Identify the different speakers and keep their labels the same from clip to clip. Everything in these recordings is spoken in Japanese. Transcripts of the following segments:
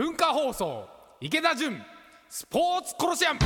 Speaker 1: 放送池田純スポーツコロシアム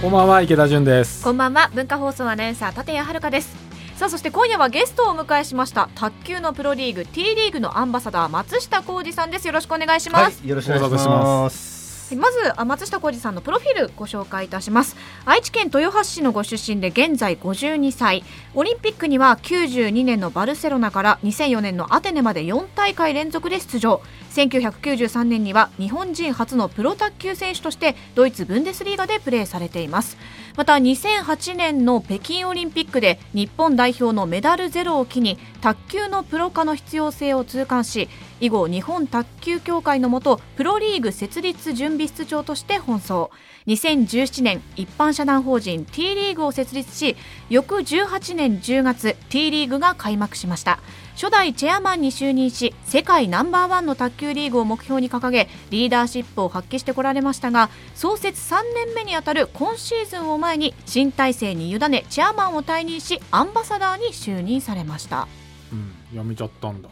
Speaker 2: こんばんは池田純です
Speaker 3: こんばんは文化放送アナウンサー立谷遥ですさあそして今夜はゲストをお迎えしました卓球のプロリーグ T リーグのアンバサダー松下浩二さんですよろしくお願いします、
Speaker 4: よろしくお願いします。
Speaker 3: まずあ松下浩二さんのプロフィールご紹介いたします愛知県豊橋市のご出身で現在52歳オリンピックには92年のバルセロナから2004年のアテネまで4大会連続で出場1993年には日本人初のプロ卓球選手としてドイツブンデスリーガでプレーされていますまた2008年の北京オリンピックで日本代表のメダルゼロを機に卓球のプロ化の必要性を痛感し以後日本卓球協会のもとプロリーグ設立準備室長として奔走2017年一般社団法人 T リーグを設立し翌18年10月 T リーグが開幕しました初代チェアマンに就任し世界ナンバーワンの卓球リーグを目標に掲げリーダーシップを発揮してこられましたが創設3年目にあたる今シーズンを前に新体制に委ねチェアマンを退任しアンバサダーに就任されました。
Speaker 2: うんやめちゃったんだ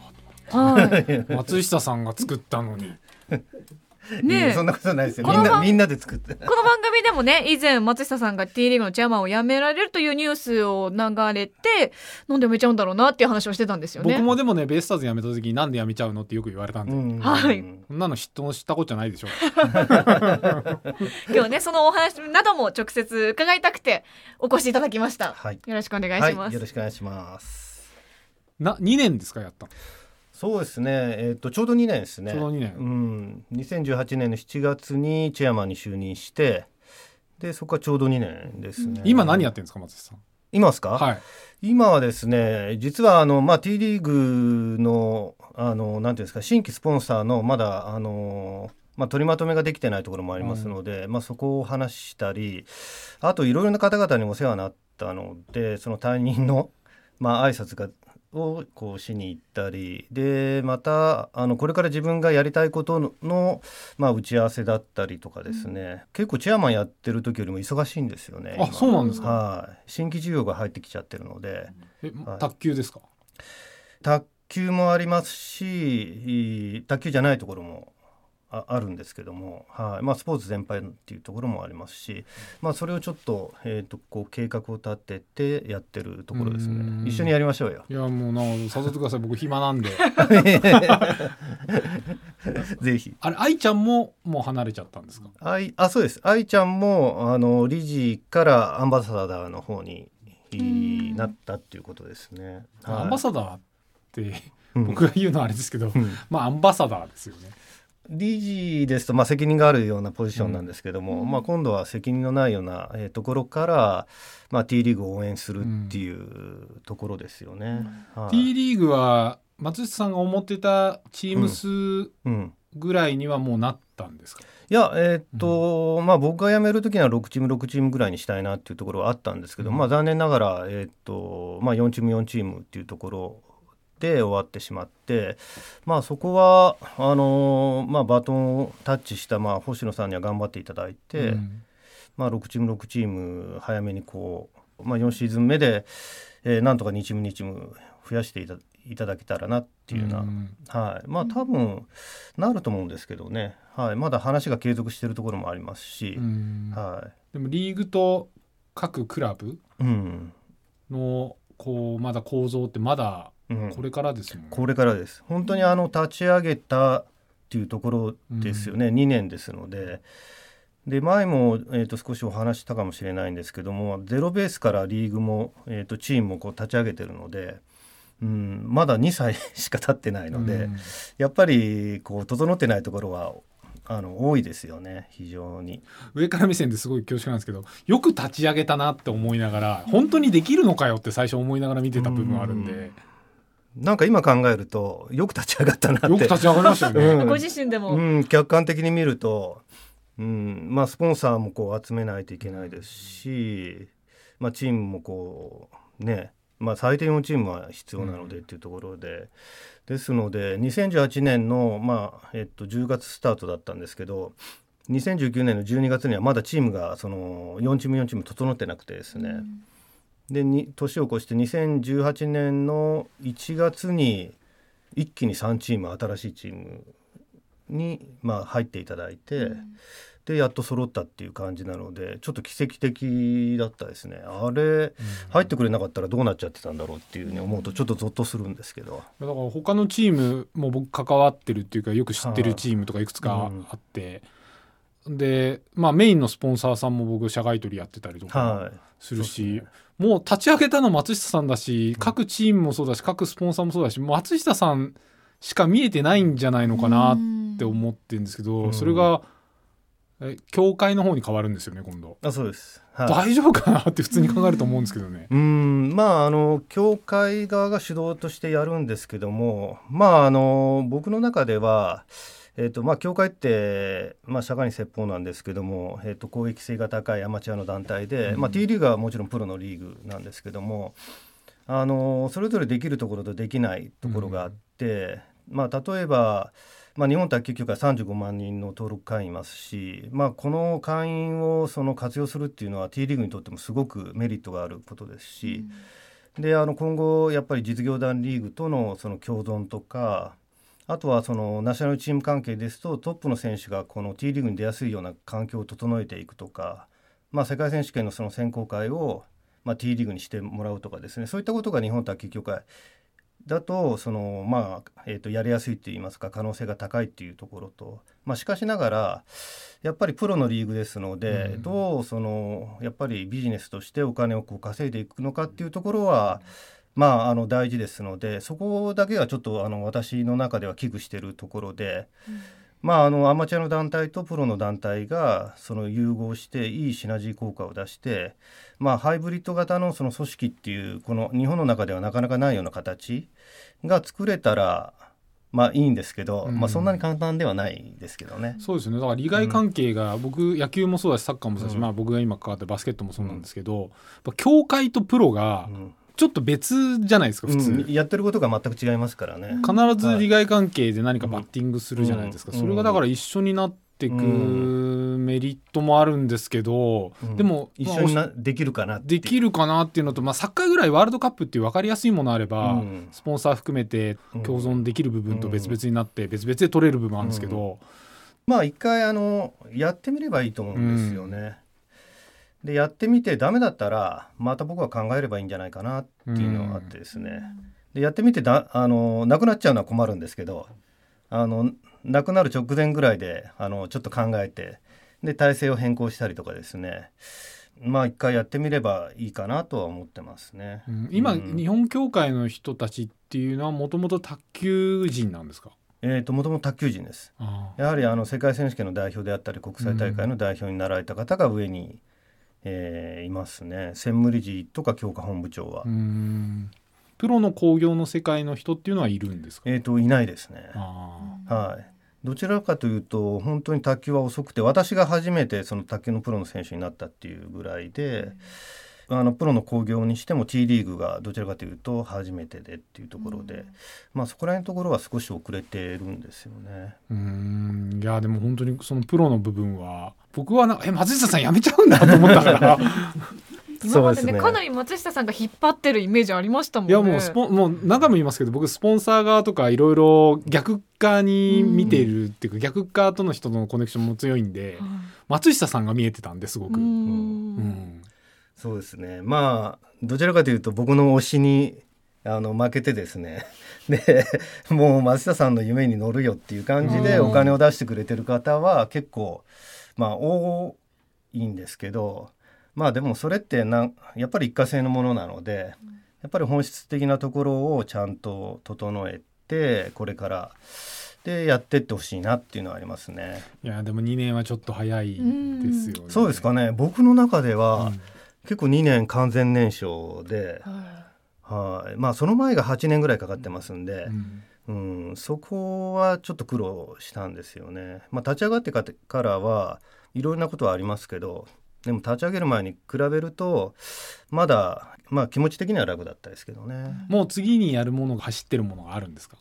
Speaker 3: はい、
Speaker 2: 松下さんが作ったの に
Speaker 3: ねえ
Speaker 4: そんなことないですよ。
Speaker 3: こ
Speaker 4: み
Speaker 3: の
Speaker 4: ん
Speaker 3: 番
Speaker 4: な、みんなで作って。
Speaker 3: この番組でもね、以前、松下さんが T リーグのチェアマンを辞められるというニュースを流れて、なんで辞めちゃうんだろうなっていう話をしてたんですよね。
Speaker 2: 僕もでもねベイスターズ辞めた時になんで辞めちゃうのってよく言われたんで、
Speaker 4: うん
Speaker 3: はい
Speaker 2: そんなの嫉妬したことじゃないでしょ
Speaker 3: 今日ね、そのお話なども直接伺いたくて、お越しいただきました。
Speaker 4: はい。
Speaker 3: よろしくお願い
Speaker 4: は
Speaker 3: しま
Speaker 4: い、
Speaker 3: す。
Speaker 4: よろしくお願いします。
Speaker 2: な2年ですかやったの
Speaker 4: そうですね。えっと、ちょうど2年ですね。
Speaker 2: ちょうど2年
Speaker 4: うん。2018年の7月にチェアマンに就任して、で、そこはちょうど2年ですね。
Speaker 2: 今何やってるんですか松下さん
Speaker 4: 今ですか
Speaker 2: はい
Speaker 4: 今はですね、実はあの、まあ、T リーグの、あの、なんていうんですか、新規スポンサーの、まだ、あの、まあ、取りまとめができてないところもありますので、まあ、そこを話したり、あと、いろいろな方々にお世話になったので、その担任の、 まあ、挨拶が、をこうしに行ったりでまたあのこれから自分がやりたいことのまあ、打ち合わせだったりとかですね、結構チェアマンやってる時よりも忙しいんですよね
Speaker 2: あ
Speaker 4: 今
Speaker 2: そうなんですか
Speaker 4: はい、新規需要が入ってきちゃってるので、
Speaker 2: え
Speaker 4: はい
Speaker 2: 卓球ですか
Speaker 4: 卓球もありますしいい卓球じゃないところもああるんですけども、はいまあ、スポーツ全般っていうところもありますし、まあ、それをちょっと,、えー、とこう計画を立ててやってるところです
Speaker 2: うん
Speaker 4: ね一緒にやりま しょうよ
Speaker 2: いやもうな誘ってください僕暇なんで
Speaker 4: ぜひ
Speaker 2: あれ愛ちゃんももう離れちゃったんですか
Speaker 4: あいあそうです愛ちゃんもあの理事からアンバサダーの方にい
Speaker 3: うん
Speaker 4: なったっていうことですね。
Speaker 2: アンバサダーって
Speaker 4: ダ
Speaker 2: 僕が言うのはあれですけど
Speaker 4: うん
Speaker 2: まあアンバサダーですよね
Speaker 4: 理事ですと、まあ、責任があるようなポジションなんですけども、まあ、今度は責任のないような、えーところから、まあ、T リーグを応援するっていうところですよね。はい
Speaker 2: T リーグは松下さんが思ってたチーム数
Speaker 4: うん、
Speaker 2: ぐらいにはもうなったんですか、
Speaker 4: いや、えーとまあ、僕が辞める時には6チーム6チームぐらいにしたいなっていうところはあったんですけど、
Speaker 2: うん
Speaker 4: まあ、残念ながら、えーとまあ、4チーム4チームっていうところで終わってしまって、まあ、そこはあのーまあ、バトンをタッチした、まあ、星野さんには頑張っていただいて。
Speaker 2: うん
Speaker 4: まあ、6チーム6チーム早めにこう、まあ、4シーズン目で、えーなんとか2チーム2チーム増やしていたいただけたらなっていうような、
Speaker 2: ん
Speaker 4: はい、まあ多分なると思うんですけどね、はい、まだ話が継続しているところもありますし
Speaker 2: う、ん
Speaker 4: は
Speaker 2: でもリーグと各クラブ
Speaker 4: いうん
Speaker 2: のこうまだ構造ってまだ
Speaker 4: うん、
Speaker 2: これからですもんね。
Speaker 4: これからです本当にあの立ち上げたっていうところですよね、2年ですので。で前も、えー、と少しお話ししたかもしれないんですけどもゼロベースからリーグも、えー、とチームもこう立ち上げてるので、うん、まだ2歳しか経ってないので、
Speaker 2: うん
Speaker 4: やっぱりこう整ってないところはあの多いですよね非常に。
Speaker 2: 上から目線ですごい恐縮なんですけどよく立ち上げたなって思いながら本当にできるのかよって最初思いながら見てた部分あるんで
Speaker 4: なんか今考えるとよく立ち上がったな
Speaker 2: よ
Speaker 4: っ
Speaker 2: く
Speaker 4: て
Speaker 2: 立ち上がりました よね。
Speaker 4: うん
Speaker 3: ご自身でも、
Speaker 4: うん、客観的に見ると、うんまあ、スポンサーもこう集めないといけないですし、まあ、チームもこうね、まあ、最低4チームは必要なのでっていうところで、ですので2018年の、まあえっと、10月スタートだったんですけど2019年の12月にはまだチームがその4チーム4チーム整ってなくてですね、でに年を越して2018年の1月に一気に3チーム新しいチームに、まあ、入っていただいて、でやっと揃ったっていう感じなのでちょっと奇跡的だったですねあれ入ってくれなかったらどうなっちゃってたんだろうっていうふうに思うとちょっとゾッとするんですけど、
Speaker 2: だから他のチームも僕関わってるっていうかよく知ってるチームとかいくつかあって、で、まあ、メインのスポンサーさんも僕社外取りやってたりとか
Speaker 4: はい
Speaker 2: するし、
Speaker 4: そうです
Speaker 2: もう立ち上げたの松下さんだし各チームもそうだし各スポンサーもそうだし松下さんしか見えてないんじゃないのかなって思ってるんですけど、
Speaker 4: うん
Speaker 2: それがえ協会の方に変わるんですよね今度。
Speaker 4: あそうです、はい、
Speaker 2: 大丈夫かなって普通に考えると思うんですけどね。
Speaker 4: うんまああの教会側が主導としてやるんですけどもまああの僕の中では、えっとまあ、教会って、まあ、社会に説法なんですけども、えっと攻撃性が高いアマチュアの団体で、まあ、T リーグはもちろんプロのリーグなんですけどもあのそれぞれできるところとできないところがあって、まあ、例えば、まあ、日本卓球協会35万人の登録会員いますし、まあ、この会員をその活用するっていうのは T リーグにとってもすごくメリットがあることですし、であの今後やっぱり実業団リーグとのその共存とかあとはそのナショナルチーム関係ですとトップの選手がこの T リーグに出やすいような環境を整えていくとか、まあ、世界選手権のその選考会を、まあ、T リーグにしてもらうとかですねそういったことが日本卓球協会だとその、まあえー、とやりやすいっていいますか可能性が高いっていうところと、まあ、しかしながらやっぱりプロのリーグですので、
Speaker 2: うん
Speaker 4: どうそのやっぱりビジネスとしてお金をこう稼いでいくのかっていうところは、まあ、あの大事ですのでそこだけはちょっとあの私の中では危惧しているところで。まあ、あのアマチュアの団体とプロの団体がその融合していいシナジー効果を出して、まあ、ハイブリッド型のその組織っていうこの日本の中ではなかなかないような形が作れたらまあいいんですけど、
Speaker 2: うん
Speaker 4: まあ、そんなに簡単ではないですけどね。
Speaker 2: そうですよねだから利害関係が、僕野球もそうだしサッカーもそうだし、
Speaker 4: うん
Speaker 2: まあ、僕が今関わってるバスケットもそうなんですけど、やっぱ協会とプロが
Speaker 4: うん
Speaker 2: ちょっと別じゃないですか普通に、
Speaker 4: うんやってることが全く違いますからね。
Speaker 2: 必ず利害関係で何かバッティングするじゃないですか、
Speaker 4: うん
Speaker 2: それがだから一緒になってくメリットもあるんですけど、
Speaker 4: うん
Speaker 2: でも、
Speaker 4: 一
Speaker 2: まあ
Speaker 4: 緒になできるかなっていう
Speaker 2: できるかなっていうのと、まあ、サッカーぐらいワールドカップっていう分かりやすいものあれば、
Speaker 4: うん
Speaker 2: スポンサー含めて共存できる部分と別々になって別々で取れる部分もあるんですけど、
Speaker 4: まあ一回あのやってみればいいと思うんですよね。でやってみてダメだったらまた僕は考えればいいんじゃないかなっていうのがあってですね。でやってみてだあのなくなっちゃうのは困るんですけどあのなくなる直前ぐらいであのちょっと考えてで体制を変更したりとかですねまあ一回やってみればいいかなとは思ってますね。
Speaker 2: うん今、
Speaker 4: うん
Speaker 2: 日本協会の人たちっていうのはもともと卓球人なんですか
Speaker 4: えー、ともともと卓球人です。やはりあの世界選手権の代表であったり国際大会の代表になられた方が上に、えーいますね専務理事とか強化本部長は、
Speaker 2: うんプロの興行の世界の人っていうのはいるんですか、
Speaker 4: えー、といないですね、
Speaker 2: あ
Speaker 4: はい、どちらかというと本当に卓球は遅くて私が初めてその卓球のプロの選手になったっていうぐらいで、あのプロの興行にしても T リーグがどちらかというと初めてでっていうところで、まあ、そこら辺のところは少し遅れてるんですよね。
Speaker 2: ーうんいやでも本当にそのプロの部分は僕はなんかえ松下さん辞めちゃうんだと思ったから
Speaker 3: 今ま
Speaker 4: そ
Speaker 3: で
Speaker 4: うです
Speaker 3: ね
Speaker 4: ね
Speaker 3: かなり松下さんが引っ張ってるイメージありましたもん
Speaker 2: い
Speaker 3: ね。
Speaker 2: やもうスポンもう何回も言いますけど僕スポンサー側とかいろいろ逆側に見てるっていうか、逆側との人とのコネクションも強いんで、松下さんが見えてたんですご
Speaker 3: う
Speaker 2: く。うんん
Speaker 4: そうですね。まあ、どちらかというと僕の推しに、あの、負けてですね。 で、もう松下さんの夢に乗るよっていう感じで
Speaker 2: うん
Speaker 4: お金を出してくれてる方は結構、まあ、多いんですけど、まあでもそれってなん、やっぱり一過性のものなので、やっぱり本質的なところをちゃんと整えて、これから、で、やってってほしいなっていうのはありますね。
Speaker 2: いやでも2年はちょっと早いですよね。
Speaker 4: そうですかね。僕の中では、
Speaker 2: うん
Speaker 4: 結構2年完全燃焼で、はい、まあその前が8年ぐらいかかってますんで
Speaker 2: う、ん
Speaker 4: うんそこはちょっと苦労したんですよね。まあ、立ち上がってかてからはいろんなことはありますけどでも立ち上げる前に比べるとまだ、まあ、気持ち的には楽だったですけどね、
Speaker 2: もう次にやるものが走ってるものがあるんですか。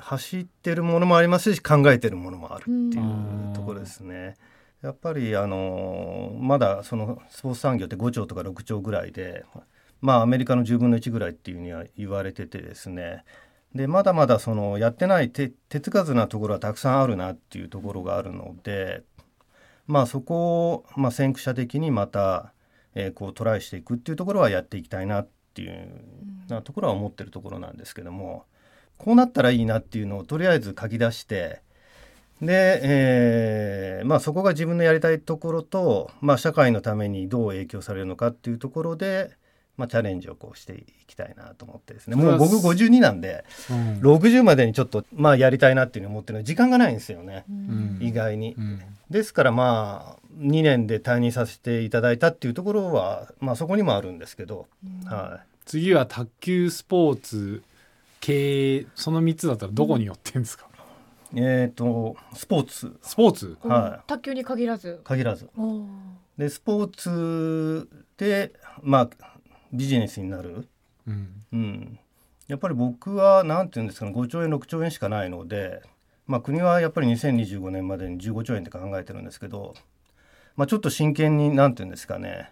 Speaker 4: 走ってるものもありますし考えてるものもあるってい
Speaker 2: うん
Speaker 4: うところですね。やっぱりあのまだそのスポーツ産業って5兆とか6兆ぐらいで、まあ、アメリカの10分の1ぐらいっていうには言われててですね、でまだまだそのやってない手手つかずなところはたくさんあるなっていうところがあるので、まあ、そこを、まあ、先駆者的にまた、えーこうトライしていくっていうところはやっていきたいなっていうなところは思ってるところなんですけどもこうなったらいいなっていうのをとりあえず書き出してで、えーまあ、そこが自分のやりたいところと、まあ、社会のためにどう影響されるのかっていうところで、まあ、チャレンジをこうしていきたいなと思ってですねもう僕
Speaker 2: それは
Speaker 4: 52なんで。
Speaker 2: うん
Speaker 4: 60までにちょっと、まあ、やりたいなっていうふうに思ってるのは時間がないんですよね、
Speaker 2: うん
Speaker 4: 意外に、
Speaker 2: うん
Speaker 4: ですからまあ2年で退任させていただいたっていうところは、まあ、そこにもあるんですけど、は
Speaker 2: 次は卓球スポーツ経営その3つだったらどこに寄ってんですか、
Speaker 4: い、えっ、とスポーツ
Speaker 2: スポーツ
Speaker 3: こう
Speaker 4: はい
Speaker 3: 卓球に限らず。
Speaker 4: 限らず
Speaker 3: おー
Speaker 4: でスポーツで、まあ、ビジネスになる、
Speaker 2: うん
Speaker 4: うん、やっぱり僕はなんていうんですかね5兆円6兆円しかないので、まあ、国はやっぱり2025年までに15兆円って考えてるんですけど、まあ、ちょっと真剣になんていうんですかね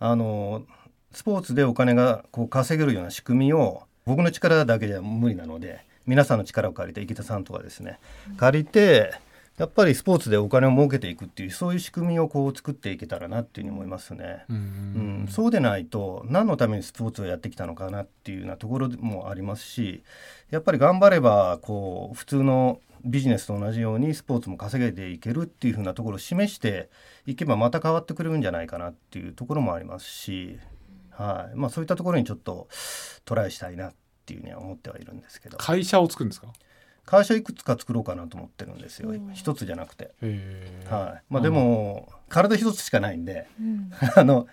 Speaker 4: あのスポーツでお金がこう稼げるような仕組みを僕の力だけじゃ無理なので皆さんの力を借りて池田さんとかですね借りてやっぱりスポーツでお金を儲けていくっていうそういう仕組みをこう作っていけたらなっていうふうに思いますね。
Speaker 2: うん
Speaker 4: うん、そうでないと何のためにスポーツをやってきたのかなっていうようなところもありますしやっぱり頑張ればこう普通のビジネスと同じようにスポーツも稼げていけるっていうふうなところを示していけばまた変わってくれるんじゃないかなっていうところもありますし、はいまあ、そういったところにちょっとトライしたいなっていうふうには思ってはいるんですけど
Speaker 2: 会社を作るんですか
Speaker 4: 会社いくつか作ろうかなと思ってるんですよ
Speaker 3: おー
Speaker 4: 一つじゃなくて。
Speaker 2: へー
Speaker 4: はいまあ、でも、体一つしかないんで
Speaker 3: うん
Speaker 4: あの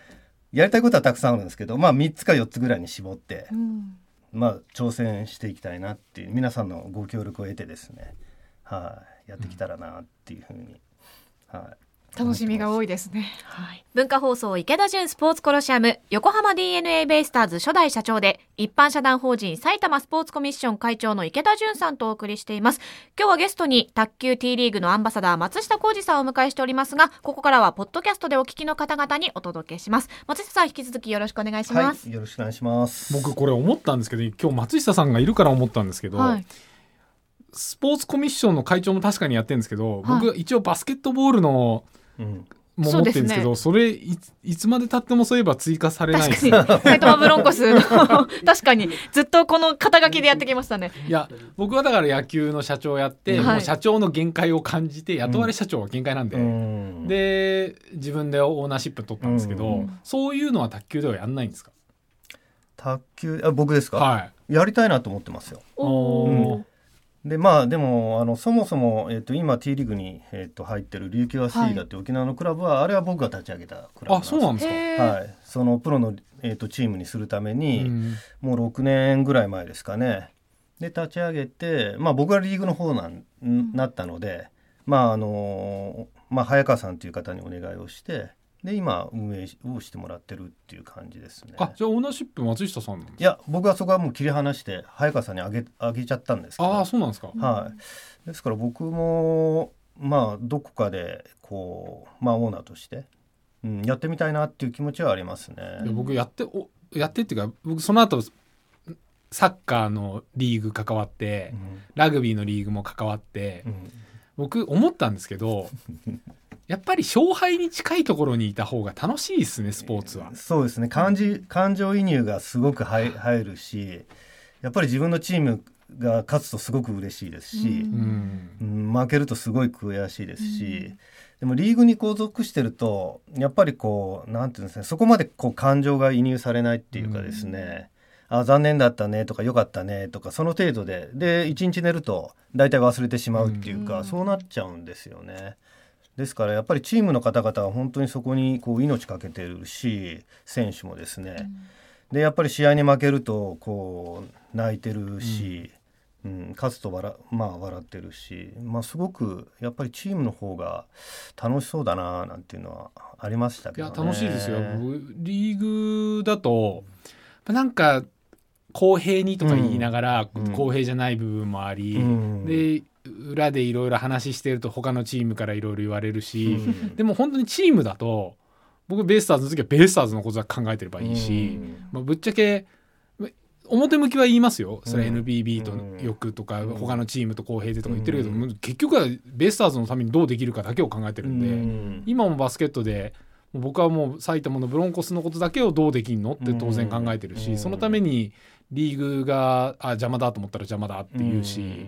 Speaker 4: やりたいことはたくさんあるんですけど、まあ、3つか4つぐらいに絞って
Speaker 3: う、ん
Speaker 4: まあ、挑戦していきたいなっていう皆さんのご協力を得てですね、はい、やってきたらなっていうふうに、はい、
Speaker 3: 楽しみが
Speaker 4: 思
Speaker 3: 多いですね。はい、文化放送池田純スポーツコロシアム横浜 DNA ベイスターズ初代社長で一般社団法人埼玉スポーツコミッション会長の池田純さんとお送りしています。今日はゲストに卓球 T リーグのアンバサダー松下幸二さんをお迎えしておりますが、ここからはポッドキャストでお聞きの方々にお届けします。松下さん引き続きよろしくお願いし
Speaker 4: ってま
Speaker 3: ますす。
Speaker 4: はい、よろしくお願いします
Speaker 2: 僕これ思ったんですけど今日松下さんがいるから思ったんですけど、
Speaker 3: はい。
Speaker 2: スポーツコミッションの会長も確かにやってるんですけど、
Speaker 3: はい
Speaker 2: 僕一応バスケットボールの
Speaker 4: うん、
Speaker 2: も持ってるんですけどそれいいつまでたってもそういえば追加されないで
Speaker 3: 確か
Speaker 2: す
Speaker 3: に
Speaker 2: ね
Speaker 3: 埼玉ブロンコスの 確かにずっとこの肩書きでやってきましたね。
Speaker 2: いや僕はだから野球の社長をやって、
Speaker 3: はい
Speaker 2: もう社長の限界を感じて雇われ社長は限界なんで、
Speaker 4: うん
Speaker 2: で自分でオーナーシップ取ったんですけど、
Speaker 3: うん
Speaker 2: そういうのは卓球ではやんないんですか、
Speaker 4: 卓球あ僕ですか、
Speaker 2: はい
Speaker 4: やりたいなと思ってますよ。
Speaker 3: お
Speaker 2: う
Speaker 3: ー
Speaker 2: ん
Speaker 4: でまあ、でもあのそもそも、えっと今 T リーグに、えっと入ってる琉球アスリーダーって沖縄のクラブは、あれは僕が立ち上げたクラブなん
Speaker 2: あ
Speaker 4: です
Speaker 2: そうなんですか、
Speaker 3: へー
Speaker 4: はい、そのプロの、えっとチームにするために、
Speaker 2: うん
Speaker 4: もう6年ぐらい前ですかねで立ち上げて、まあ、僕がリーグの方なんんなったので、まああのまあ、早川さんという方にお願いをしてで今運営をしてもらってるっていう感じですね。
Speaker 2: あじゃあオーナーシップ松下さんなんです
Speaker 4: いや僕はそこはもう切り離して早川さんにあげあげちゃったんですけど
Speaker 2: ああそうなんですか、
Speaker 4: はい、ですから僕もまあどこかでこう、まあ、オーナーとして、うん、やってみたいなっていう気持ちはありますね。
Speaker 2: いや僕やっておやってっていうか僕その後サッカーのリーグ関わって、
Speaker 4: うん
Speaker 2: ラグビーのリーグも関わって、
Speaker 4: うん
Speaker 2: 僕思ったんですけ どやっぱり勝敗に近いところにいた方が楽しいですねスポーツは。
Speaker 4: そうですね感じ感情移入がすごく入入るしやっぱり自分のチームが勝つとすごく嬉しいですし、
Speaker 2: う
Speaker 3: うん
Speaker 2: ん
Speaker 4: うん負けるとすごい悔しいですし、でもリーグにこう属してるとやっぱりこうなんていうんですかねそこまでこう感情が移入されないっていうかですね、あ残念だったねとか良かったねとかその程度でで一日寝ると大体忘れてしまうっていうか、
Speaker 3: うん
Speaker 4: そうなっちゃうんですよね。ですからやっぱりチームの方々は本当にそこにこう命かけてるし選手もですね、でやっぱり試合に負けるとこう泣いてるし、うん勝つと笑,、まあ、笑ってるし、まあ、すごくやっぱりチームの方が楽しそうだななんていうのはありました
Speaker 2: い
Speaker 4: けど
Speaker 2: や
Speaker 4: ね。
Speaker 2: 楽しいですよ僕リーグだとなんか公平にとか言いながら、
Speaker 4: うん
Speaker 2: 公平じゃない部分もあり、
Speaker 4: うん
Speaker 2: で裏でいろいろ話してると他のチームからいろいろ言われる
Speaker 4: う
Speaker 2: し、
Speaker 4: ん
Speaker 2: でも本当にチームだと僕ベイスターズの時はベイスターズのことは考えてればいいし、
Speaker 4: うん
Speaker 2: まあ、ぶっちゃけま表向きは言いますよ、それは
Speaker 4: うん
Speaker 2: NBB と欲とか、
Speaker 4: うん
Speaker 2: 他のチームと公平でとか言ってるけど、
Speaker 4: うん
Speaker 2: もう結局はベイスターズのためにどうできるかだけを考えてるんで、
Speaker 4: うん
Speaker 2: 今もバスケットでもう僕はもう埼玉のブロンコスのことだけをどうできんのって当然考えてるし、
Speaker 4: うん
Speaker 2: そのためにリーグがあ邪魔だと思ったら邪魔だって言うし、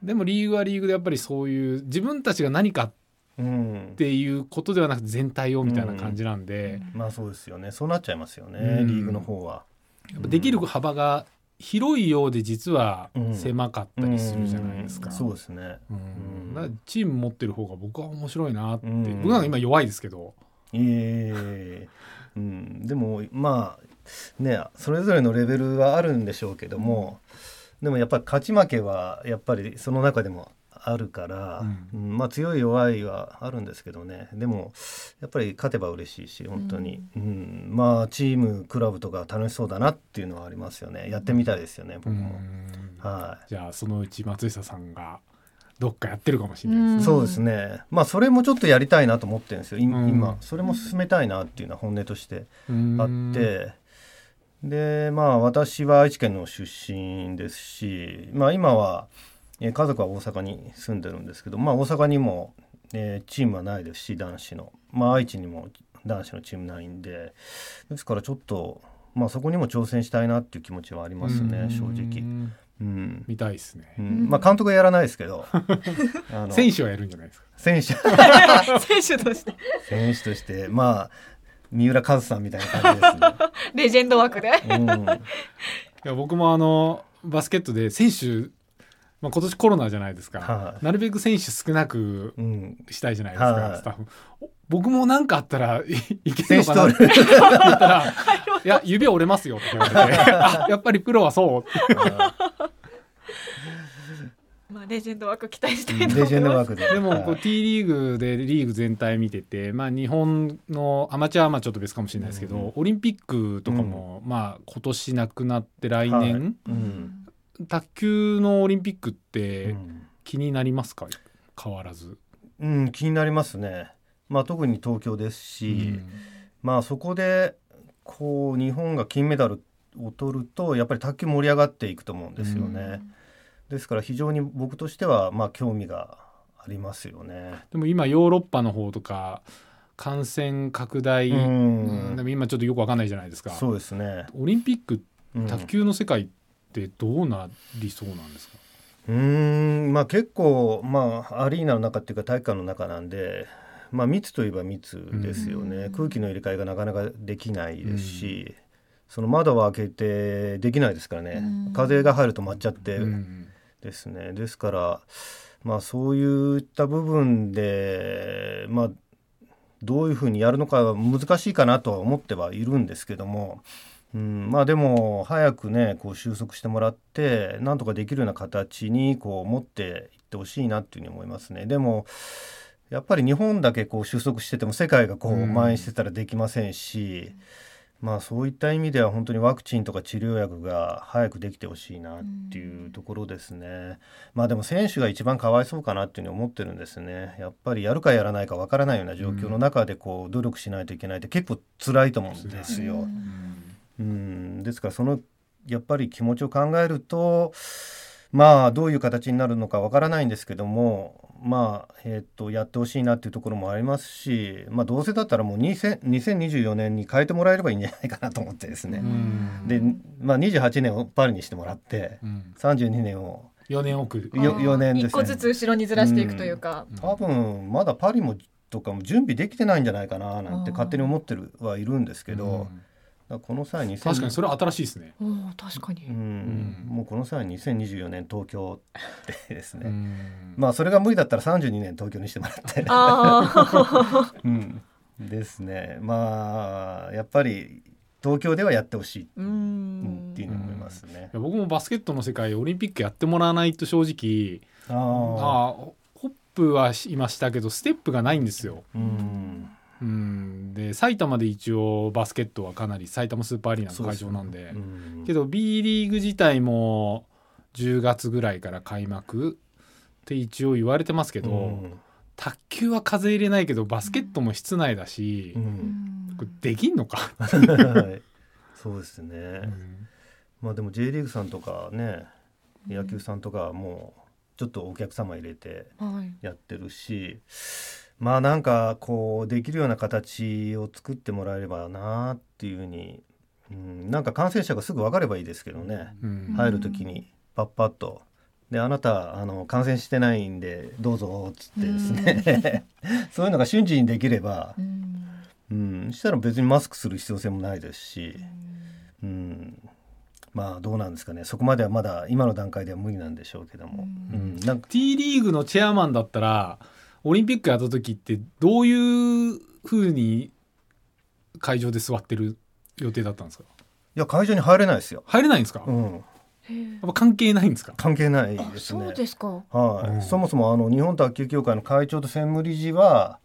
Speaker 2: でもリーグはリーグでやっぱりそういう自分たちが何かっ
Speaker 4: うん
Speaker 2: ていうことではなくて全体をみたいな感じなんで。
Speaker 4: まあそうですよねそうなっちゃいますよね、
Speaker 2: うん
Speaker 4: リーグの方は。
Speaker 2: やっぱできる幅が広いようで実は
Speaker 4: うん
Speaker 2: 狭かったりするじゃないですか。
Speaker 4: うんそうですね。
Speaker 2: うん
Speaker 4: うん
Speaker 2: だからチーム持ってる方が僕は面白いなって、
Speaker 4: うん
Speaker 2: 僕なんか今弱いですけど、
Speaker 4: ええうん、でもまあねそれぞれのレベルはあるんでしょうけども、でもやっぱり勝ち負けはやっぱりその中でもあるから、
Speaker 2: う
Speaker 4: うんまあ強い弱いはあるんですけどねでもやっぱり勝てば嬉しいし本当に、うんまあチームクラブとか楽しそうだなっていうのはありますよねやってみたいですよね僕も。
Speaker 2: うん
Speaker 4: は
Speaker 2: じゃあそのうち松下さんがどっかやってるかもしれ
Speaker 4: い、
Speaker 2: ないですね。
Speaker 4: そうですねまあそれもちょっとやりたいなと思ってるんですよ今,、
Speaker 2: うん
Speaker 4: 今それも進めたいなっていうのは本音として
Speaker 2: うん
Speaker 4: あって、でまあ私は愛知県の出身ですし、まあ、今は、えー家族は大阪に住んでるんですけど、まあ、大阪にも、えーチームはないですし男子の、まあ、愛知にも男子のチームないんでですからちょっと、まあ、そこにも挑戦したいなっていう気持ちはありますね正
Speaker 2: う
Speaker 4: 直。
Speaker 2: ん
Speaker 4: うん
Speaker 2: 見たいですね
Speaker 4: う。んまあ、監督はやらないですけ どあの
Speaker 2: 選手はやるんじゃないですか。
Speaker 4: 選手
Speaker 3: 選手として
Speaker 4: 選手としてまあ三浦和さんみたいな感じで
Speaker 3: レジェンド枠で。
Speaker 4: すね。うん
Speaker 2: いや僕もあのバスケットで選手、まあ、今年コロナじゃないですか、
Speaker 4: はい
Speaker 2: なるべく選手少なく
Speaker 4: うん、
Speaker 2: したいじゃないですか、
Speaker 4: はい
Speaker 2: スタッフお僕も何かあったらい いける
Speaker 4: 選
Speaker 2: のかな
Speaker 4: 手と
Speaker 2: って言ったら「いや指折れますよ」って言わ れてあやっぱりプロはそうって
Speaker 3: まあレジェンド枠期待したいと思います。
Speaker 4: レジェンドワークで。
Speaker 2: でもこ
Speaker 4: は
Speaker 2: う
Speaker 4: い
Speaker 2: T リーグでリーグ全体見てて、まあ、日本のアマチュアはまあちょっと別かもしれないですけど、
Speaker 4: うんうん
Speaker 2: オリンピックとかも、まあ、今年なくなって来年、
Speaker 4: うん
Speaker 2: 卓球のオリンピックっ
Speaker 4: う
Speaker 2: て
Speaker 4: ん
Speaker 2: 気になりますか変わらず。
Speaker 4: うん、気になりますね。まあ、特に東京ですし、まあ、そこで。こう、日本が金メダルを取ると、やっぱり卓球盛り上がっていくと思うんですよね。ですから、非常に僕としては、まあ、興味がありますよね。
Speaker 2: でも今ヨーロッパの方とか感染拡大、
Speaker 4: う
Speaker 2: で
Speaker 4: ん、
Speaker 2: も今ちょっとよくわかんないじゃないですか。
Speaker 4: そうですね。
Speaker 2: オリンピック
Speaker 4: うん
Speaker 2: 卓球の世界ってどうなりそうなんですか、
Speaker 4: うーんまあ結構まあアリーナの中っていうか体育館の中なんで、まあ、密といえば密ですよね、
Speaker 3: うん
Speaker 4: 空気の入れ替えがなかなかできないですし、その窓を開けてできないですからね、
Speaker 3: うん
Speaker 4: 風が入ると舞っちゃって
Speaker 2: うん
Speaker 4: ですね、ですからまあそういった部分でまあどういうふうにやるのかは難しいかなとは思ってはいるんですけども、うん、まあでも早くねこう収束してもらってなんとかできるような形にこう持っていってほしいなっていうふうに思いますね。でもやっぱり日本だけこう収束してても世界がこう
Speaker 2: うん
Speaker 4: 蔓延してたらできませんし、まあそういった意味では本当にワクチンとか治療薬が早くできてほしいなっていうところですね。まあでも選手が一番かわいそうかなっていうふうに思ってるんですね。やっぱりやるかやらないかわからないような状況の中でこう努力しないといけないって結構辛いと思うんですよ。うん、ですからそのやっぱり気持ちを考えるとまあどういう形になるのかわからないんですけどもまあ、えっとやってほしいなっていうところもありますし、まあ、どうせだったらもう2000 2024年に変えてもらえればいいんじゃないかなと思ってですね。
Speaker 2: ん
Speaker 4: で、まあ、28年をパリにしてもらって
Speaker 2: うん、
Speaker 4: 32年を
Speaker 2: 4年遅れ
Speaker 3: あー
Speaker 4: よ四年ですね
Speaker 3: 一個ずつ後ろにずらしていくというか。
Speaker 4: 多分まだパリもとかも準備できてないんじゃないかななんて勝手に思ってるはいるんですけ
Speaker 2: う
Speaker 4: ど、
Speaker 2: ん
Speaker 4: だからこの際に
Speaker 2: 確かにそれは新しいですね。
Speaker 3: おお確か
Speaker 4: う
Speaker 3: に。
Speaker 4: んもうこの際2024年東京ってですね、
Speaker 2: うん
Speaker 4: まあそれが無理だったら32年東京にしてもらって、
Speaker 3: あ
Speaker 4: うんですねまあやっぱり東京ではやってほしい
Speaker 3: あ。う
Speaker 4: うん
Speaker 3: ん
Speaker 4: っていうのは思いますね
Speaker 2: い。や僕もバスケットの世界オリンピックやってもらわないと正直
Speaker 4: ああ
Speaker 2: あーホップはし今したけどステップがないんですよ。
Speaker 4: うん
Speaker 2: うん、で埼玉で一応バスケットはかなり埼玉スーパーアリーナの会場なんで
Speaker 4: うん
Speaker 2: けど B リーグ自体も10月ぐらいから開幕って一応言われてますけど、
Speaker 4: うん
Speaker 2: 卓球は風入れないけどバスケットも室内だし、
Speaker 4: う
Speaker 3: うんん
Speaker 2: これできんのか、
Speaker 4: はいそうですね、まあでも J リーグさんとかね野球さんとかはもうちょっとお客様入れて
Speaker 3: はい
Speaker 4: やってるしまあなんかこうできるような形を作ってもらえればなっていうふうに、うん、なんか感染者がすぐ分かればいいですけどね
Speaker 2: うん
Speaker 4: 入る時にパッパッと。であなたあの感染してないんでどうぞっつってですね そういうのが瞬時にできれば
Speaker 3: う、ん
Speaker 4: うん、したら別にマスクする必要性もないですし、うん、まあどうなんですかねそこまではまだ今の段階では無理なんでしょうけども、うんなんか
Speaker 2: T リーグのチェアマンだったらオリンピックやった時ってどういうふうに会場で座ってる予定だったんですか
Speaker 4: いや会場に入れないですよ、
Speaker 2: 入れないんですか、
Speaker 4: う
Speaker 2: やっ
Speaker 4: ん、
Speaker 3: へえ
Speaker 2: ぱ関係ないんですか
Speaker 4: 関係ない
Speaker 3: あ
Speaker 4: です
Speaker 3: そ
Speaker 4: ね
Speaker 3: うですか
Speaker 4: はい
Speaker 2: うん
Speaker 4: そもそもあの日本卓球協会の会長と専務理事は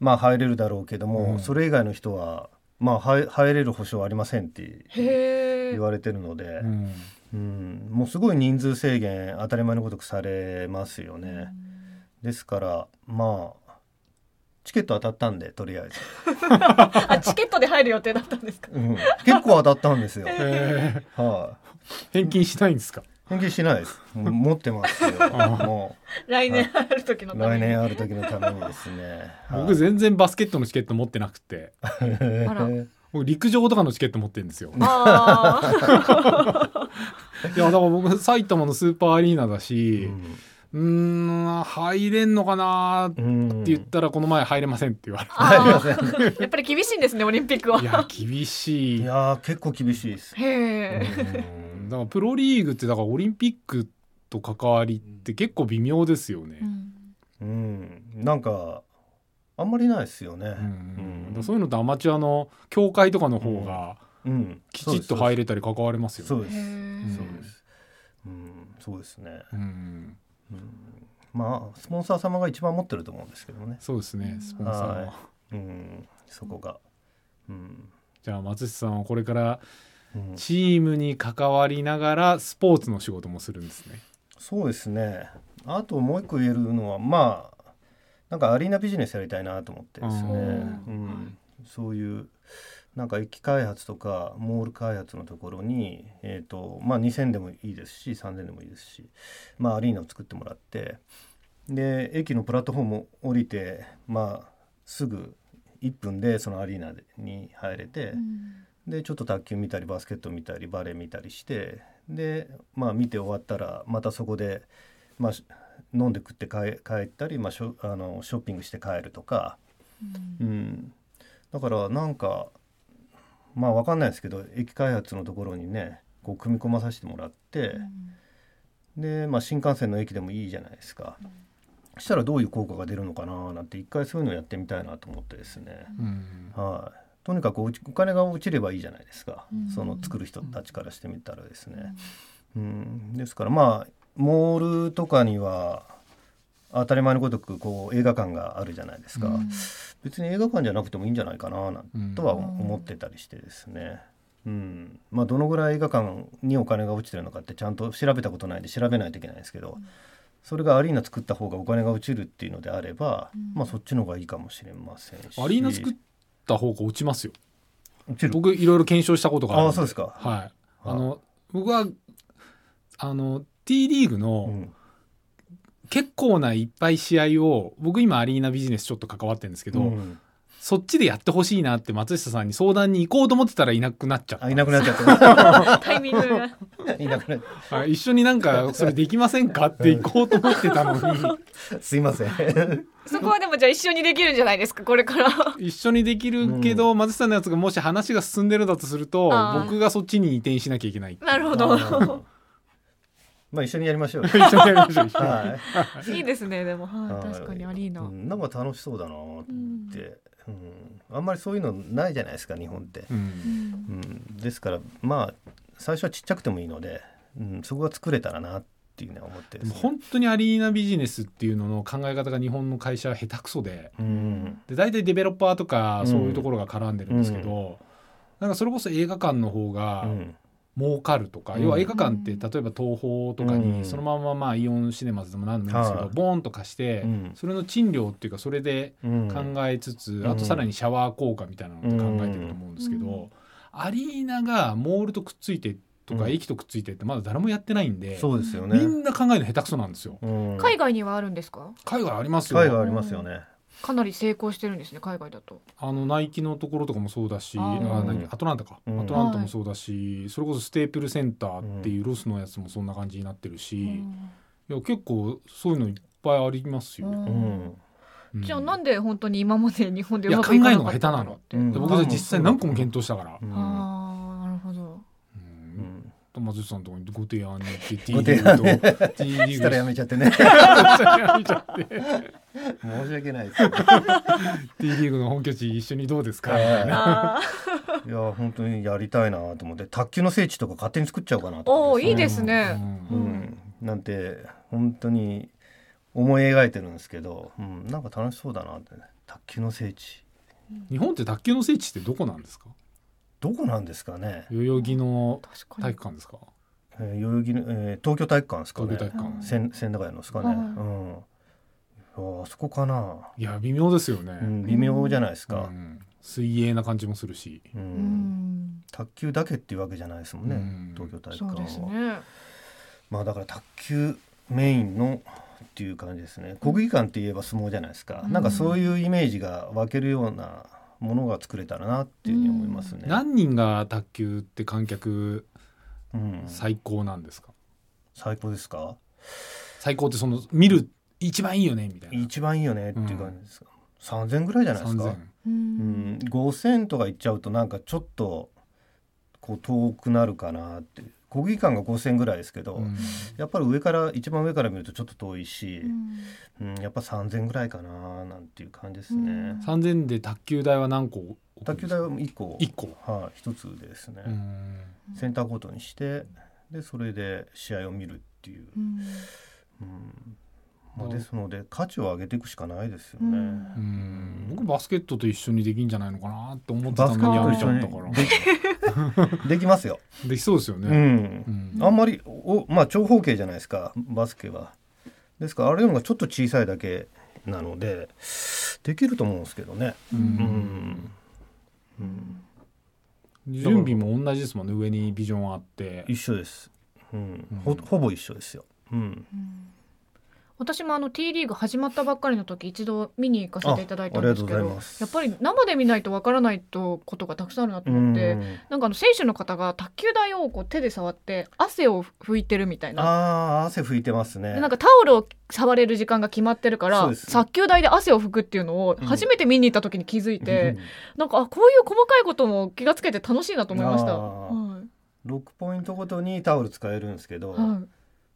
Speaker 4: まあ入れるだろうけども、
Speaker 2: うん
Speaker 4: それ以外の人はまあ入入れる保証はありませんって
Speaker 3: へえ
Speaker 4: 言われてるので
Speaker 2: う、ん。
Speaker 4: うん、もうすごい人数制限当たり前のごとくされますよね。ですからまあチケット当たったんでとりあえず、
Speaker 3: あチケットで入る予定だったんです か
Speaker 4: うん、結構当たったんですよ
Speaker 2: えー
Speaker 4: は
Speaker 2: 返金しないんですか
Speaker 4: い、返金しないです。もう持ってま すよ。も
Speaker 3: 来年入る時の
Speaker 4: う
Speaker 3: ために
Speaker 4: 来年ある時のためにですね。
Speaker 2: 僕全然バスケットのチケット持ってなくて
Speaker 3: あら
Speaker 2: 僕陸上とかのチケット持ってるんですよ
Speaker 3: あー
Speaker 2: いやだから僕埼玉のスーパーアリーナだしうーん入れんのかなーって
Speaker 4: うん
Speaker 2: 言ったらこの前入れませんって言われて、
Speaker 3: あーやっぱり厳しいんですねオリンピックはい
Speaker 2: や厳しい
Speaker 4: いやー結構厳しいです。
Speaker 3: へえ
Speaker 2: うんだからプロリーグってだからオリンピックと関わりって結構微妙ですよね。
Speaker 4: うん、なんかあんまりないですよね
Speaker 2: う。ん
Speaker 4: うん
Speaker 2: だからそういうのってアマチュアの協会とかの方が
Speaker 4: うん、
Speaker 2: きちっと入
Speaker 4: る。
Speaker 2: れたり関われますよ
Speaker 4: そ
Speaker 2: ね。
Speaker 4: うです。
Speaker 2: ん
Speaker 4: そうです。うん、そうですね。
Speaker 2: うん
Speaker 4: うんまあスポンサー様が一番持ってると思うんですけどもね。
Speaker 2: そうですねスポンサー
Speaker 4: はい
Speaker 2: は。
Speaker 4: うん、そこが。うん。
Speaker 2: じゃあ松下さんはこれから
Speaker 4: うん
Speaker 2: チームに関わりながらスポーツの仕事もするんですね。
Speaker 4: そうですね。あともう一個言えるのは、まあ、なんかアリーナビジネスやりたいなと思ってですね。
Speaker 2: あ
Speaker 3: ー
Speaker 4: うん、そういう、なんか駅開発とかモール開発のところに、えっ、と、まあ2000でもいいですし、3000でもいいですし、まあアリーナを作ってもらって、で、駅のプラットフォームを降りて、まあ、すぐ1分でそのアリーナに入れて、でちょっと卓球見たりバスケット見たりバレー見たりしてでまあ見て終わったらまたそこで、まあ、し飲んで食って帰帰ったり、まあ、ショあのショッピングして帰るとか、うん、だからなんかまあわかんないですけど駅開発のところにねこう組み込まさせてもらって、で、まあ、新幹線の駅でもいいじゃないですか。そしたらどういう効果が出るのかななんて一回そういうのやってみたいなと思ってですね。
Speaker 2: うん
Speaker 4: はい、とにかくおちお金が落ちればいいじゃないですか、
Speaker 3: うん
Speaker 4: その作る人たちからしてみたらですね。うん、ですからまあモールとかには当たり前のごとくこう映画館があるじゃないですか、
Speaker 3: うん
Speaker 4: 別に映画館じゃなくてもいいんじゃないかななんとは思ってたりしてですね。うんまあ、どのぐらい映画館にお金が落ちてるのかってちゃんと調べたことないんで調べないといけないんですけど、それがアリーナ作った方がお金が落ちるっていうのであれば、まあ、そっちの方がいいかもしれませんし
Speaker 2: アリーナ作った方が落ちますよ。
Speaker 4: 落ちる
Speaker 2: 僕いろいろ検証したことがあるんで
Speaker 4: ああそうですか。
Speaker 2: はい、あの僕はあの T リーグ
Speaker 4: う
Speaker 2: の
Speaker 4: ん
Speaker 2: 結構ないっぱい試合を僕今アリーナビジネスちょっと関わってるんですけど、
Speaker 4: うん
Speaker 2: そっちでやってほしいなって松下さんに相談に行こうと思ってたらいなくなっちゃった
Speaker 4: あいなくなっちゃった。
Speaker 3: タイミングが
Speaker 4: いなくなっ
Speaker 2: はい一緒になんかそれできませんかって行こうと思ってたのに
Speaker 4: すいません。
Speaker 3: そこはでもじゃあ一緒にできるんじゃないですかこれから
Speaker 2: 一緒にできるけど、松下さんのやつがもし話が進んでるんだとすると
Speaker 3: あー
Speaker 2: 僕がそっちに移転しなきゃいけない
Speaker 3: なるほ
Speaker 4: あ
Speaker 3: ど
Speaker 4: ーまあ一緒にやりましょう。
Speaker 2: 一緒にやりましょう一緒に
Speaker 4: はい
Speaker 3: いいですねでもは
Speaker 4: はいい。
Speaker 3: 確かにアリーナ
Speaker 4: うんなんか楽しそうだなって。うんあんまりそういうのないじゃないですか日本って
Speaker 2: う。ん
Speaker 4: うんですからまあ最初はちっちゃくてもいいので、うんそこが作れたらなっていうのは思ってる
Speaker 2: で
Speaker 4: ん
Speaker 2: も
Speaker 4: ですね。
Speaker 2: 本当にアリーナビジネスっていうのの考え方が日本の会社は下手くそで
Speaker 4: うん
Speaker 2: で大体デベロッパーとか
Speaker 4: うん
Speaker 2: そういうところが絡んでるんですけど、なんかそれこそ映画館の方が
Speaker 4: うん
Speaker 2: 儲かるとか、
Speaker 4: うん
Speaker 2: 要は映画館って例えば東宝とか
Speaker 4: う
Speaker 2: に
Speaker 4: ん
Speaker 2: そのまままあイオンシネマズでもなんでもいいんですけど、
Speaker 4: はい
Speaker 2: ボーンと貸して、
Speaker 4: うん
Speaker 2: それの賃料っていうかそれで
Speaker 4: うん
Speaker 2: 考えつつ、あとさらにシャワー効果みたいなのって考えてると思うんですけど、
Speaker 3: うん
Speaker 2: アリーナがモールとくっついてとか
Speaker 4: うん
Speaker 2: 駅とくっついてってまだ誰もやってないんで、
Speaker 4: そうですよ
Speaker 2: み
Speaker 4: ね。
Speaker 2: んな考えるの下手くそなんですよ。
Speaker 4: うん
Speaker 3: 海外にはあるんですか
Speaker 2: 海外ありますよ
Speaker 4: 海外ありますよね。
Speaker 3: かなり成功してるんですね海外だと
Speaker 2: あのナイキのところとかもそうだし
Speaker 3: あ
Speaker 2: あ
Speaker 3: ー
Speaker 2: 何アトランタか、
Speaker 4: うん
Speaker 2: アトランタもそうだし、それこそステープルセンターっていうロスのやつもそんな感じになってるし、いや結構そういうのいっぱいありますよ。
Speaker 4: う
Speaker 3: うん
Speaker 4: ん。
Speaker 2: うん
Speaker 3: じゃあなんで本当に今まで日本でう
Speaker 2: いや
Speaker 3: ま
Speaker 2: 考
Speaker 3: く
Speaker 2: え
Speaker 3: い
Speaker 2: る
Speaker 3: かな
Speaker 2: の
Speaker 3: か
Speaker 2: が下
Speaker 3: っ
Speaker 2: 手
Speaker 3: た
Speaker 2: な
Speaker 3: の
Speaker 2: の。
Speaker 3: って、
Speaker 4: うん
Speaker 2: で僕
Speaker 4: 多
Speaker 2: は
Speaker 4: 分
Speaker 2: 実際何個も検討したから、
Speaker 4: うん
Speaker 3: ああなるほど
Speaker 2: うん
Speaker 4: うん
Speaker 2: 松内さんとこにご提案に行って T リ
Speaker 4: ご提
Speaker 2: ー
Speaker 4: 案
Speaker 2: グと T リーグ
Speaker 4: したらやめちゃってね。
Speaker 2: やめちゃって
Speaker 4: 申し訳ないです。い
Speaker 2: T リーグの本拠地一緒にどうですか、
Speaker 4: はい
Speaker 3: あ
Speaker 4: いや本当にやりたいなと思って卓球の聖地とか勝手に作っちゃおうかなと
Speaker 3: お
Speaker 4: 思っ
Speaker 3: お
Speaker 4: て
Speaker 3: い
Speaker 4: で
Speaker 3: いです
Speaker 2: う
Speaker 3: ね、
Speaker 2: ん
Speaker 4: すねうん、なんて本当に思い描いてるんですけど、うん、なんか楽しそうだなって、ね、卓球の聖地
Speaker 2: 日本って卓球の聖地ってどこなんですか
Speaker 4: どこなんですかね、
Speaker 2: 代々木の
Speaker 3: 確か
Speaker 2: 体
Speaker 3: に
Speaker 2: 育館ですか
Speaker 4: えー、代々木の、えー東京体育館ですか
Speaker 2: 東京体
Speaker 4: ね
Speaker 2: 育館
Speaker 3: うん
Speaker 4: 千千駄ヶ谷のですかね、
Speaker 3: はい
Speaker 4: うんいやあそこかな、
Speaker 2: いや微妙ですよ
Speaker 4: う
Speaker 2: ね、
Speaker 4: ん、微妙じゃないです
Speaker 2: う
Speaker 4: か、
Speaker 2: ん水泳な感じもするし
Speaker 4: うん
Speaker 3: うん
Speaker 4: 卓球だけっていうわけじゃないですもんね、
Speaker 2: うん
Speaker 4: 東京体育
Speaker 3: そう
Speaker 4: 館は
Speaker 3: ですね
Speaker 4: まあだから卓球メインのっていう感じですね国技館って言えば相撲じゃないですか、
Speaker 3: うん
Speaker 4: なんかそういうイメージが分けるようなものが作れたらなっていうふうに思いますね。
Speaker 2: 何人が卓球って観客
Speaker 4: うん
Speaker 2: 最高なんですか
Speaker 4: 最高ですか
Speaker 2: 最高ってその見る一番いいよねみたいな
Speaker 4: 一番いいよねっていう感じですか、3000ぐらいじゃないですか
Speaker 2: 3000、
Speaker 3: う
Speaker 4: うんん、5000とかいっちゃうとなんかちょっとこう遠くなるかなって国技館が5000ぐらいですけど、
Speaker 2: うん
Speaker 4: やっぱり上から一番上から見るとちょっと遠いし
Speaker 3: う、ん
Speaker 4: うんやっぱ3000ぐらいかななんていう感じですね。
Speaker 3: うん
Speaker 2: 3000で卓球台は何個
Speaker 4: 卓球台は1個
Speaker 2: 1個
Speaker 4: はい、一つですね、
Speaker 2: うん
Speaker 4: センターコートにしてでそれで試合を見るっていう、
Speaker 3: うん
Speaker 4: うんま
Speaker 2: う
Speaker 4: あ、
Speaker 2: ん
Speaker 4: ですので価値を上げていくしかないですよ
Speaker 3: う
Speaker 4: ね、
Speaker 3: ん
Speaker 2: うん僕バスケットと一緒にできんじゃないのかなって思ってたの
Speaker 4: バス
Speaker 2: に
Speaker 4: ケット
Speaker 2: や
Speaker 4: と
Speaker 2: め
Speaker 4: 一
Speaker 2: ちゃ
Speaker 4: 緒
Speaker 2: っ
Speaker 4: に
Speaker 2: たから
Speaker 4: できできますよ、
Speaker 2: できそうですよ
Speaker 4: う
Speaker 2: ね、
Speaker 4: ん、
Speaker 2: うん
Speaker 4: あんまりお、まあ、長方形じゃないですかバスケはですからあれのがちょっと小さいだけなのでできると思うんですけどね
Speaker 2: う
Speaker 4: うんん、うん、
Speaker 2: 準備も同じですもんね上にビジョンあって
Speaker 4: 一緒です、うん
Speaker 2: うん
Speaker 4: ほほぼ一緒ですよ、うん、
Speaker 3: うん私もあの T リーグ始まったばっかりの時一度見に行かせていただいたん
Speaker 4: ああ
Speaker 3: で
Speaker 4: り
Speaker 3: す
Speaker 4: がと
Speaker 3: け
Speaker 4: うござ
Speaker 3: ど
Speaker 4: います
Speaker 3: やっぱり生で見ないとわからないとことがたくさんあるなと思って、
Speaker 4: うん
Speaker 3: なんかあの選手の方が卓球台をこう手で触って汗を拭いてるみたいな。
Speaker 4: あー汗拭いてますね
Speaker 3: でなんかタオルを触れる時間が決まってるか
Speaker 4: そう
Speaker 3: ら
Speaker 4: です
Speaker 3: 卓球台で汗を拭くっていうのを
Speaker 4: うん
Speaker 3: 初めて見に行った時に気づいて、
Speaker 4: うん
Speaker 3: なんかあこういう細かいことも気がつけて楽しいなと思いました。
Speaker 4: あー
Speaker 3: はい
Speaker 4: 6ポイントごとにタオル使えるんですけど、
Speaker 3: はい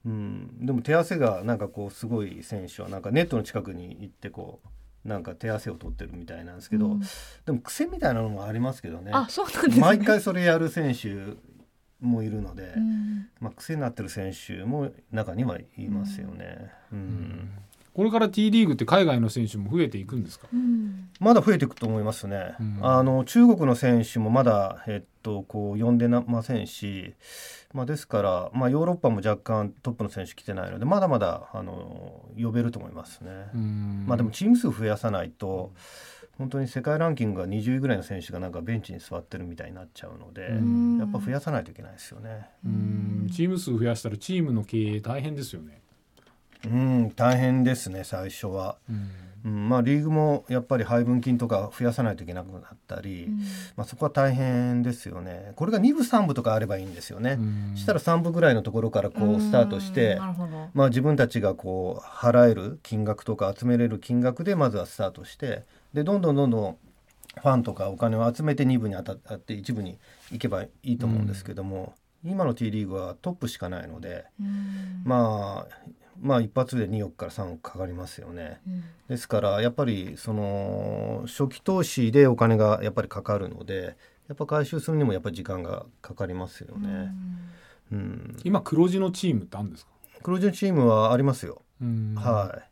Speaker 4: うん、でも手汗がなんかこうすごい選手はなんかネットの近くに行ってこうなんか手汗を取ってるみたいなんですけど、
Speaker 3: うん
Speaker 4: でも癖みたいなのもありますけどね
Speaker 3: あそうなんですね。
Speaker 4: 毎回それやる選手もいるので、
Speaker 3: うん
Speaker 4: まあ、癖になってる選手も中にはいますよね、うん
Speaker 2: うんこれから T リーグって海外の選手も増えていくんですか
Speaker 3: うん
Speaker 4: まだ増えていくと思いますね、
Speaker 2: うん
Speaker 4: あの中国の選手もまだ、えっと、こう呼んでなませんし、まあ、ですから、まあ、ヨーロッパも若干トップの選手来てないのでまだまだあの呼べると思いますね、
Speaker 2: うん
Speaker 4: まあ、でもチーム数増やさないと本当に世界ランキングが20位ぐらいの選手がなんかベンチに座ってるみたいになっちゃうので、
Speaker 2: うん
Speaker 4: やっぱ増やさないといけないですよね。
Speaker 2: うんチーム数増やしたらチームの経営大変ですよね、
Speaker 4: うん大変ですね最初は、
Speaker 2: うん
Speaker 4: うんまあ、リーグもやっぱり配分金とか増やさないといけなくなったり、
Speaker 3: うん
Speaker 4: まあ、そこは大変ですよね。これが2部3部とかあればいいんですよね。したら3部ぐらいのところからこうスタートして、
Speaker 3: うんなるほど
Speaker 4: まあ、自分たちがこう払える金額とか集めれる金額でまずはスタートしてでどんどんどんどんファンとかお金を集めて2部に当た当たって1部に行けばいいと思うんですけども、今の T リーグはトップしかないので、
Speaker 3: うん
Speaker 4: まあ、まあ一発で2億から3億かかりますよね。
Speaker 3: うん
Speaker 4: ですからやっぱりその初期投資でお金がやっぱりかかるのでやっぱ回収するにもやっぱり時間がかかりますよね。うん、
Speaker 2: 今黒字のチームってあるんですか、
Speaker 4: 黒字のチームはありますよ。
Speaker 2: うん
Speaker 4: はい。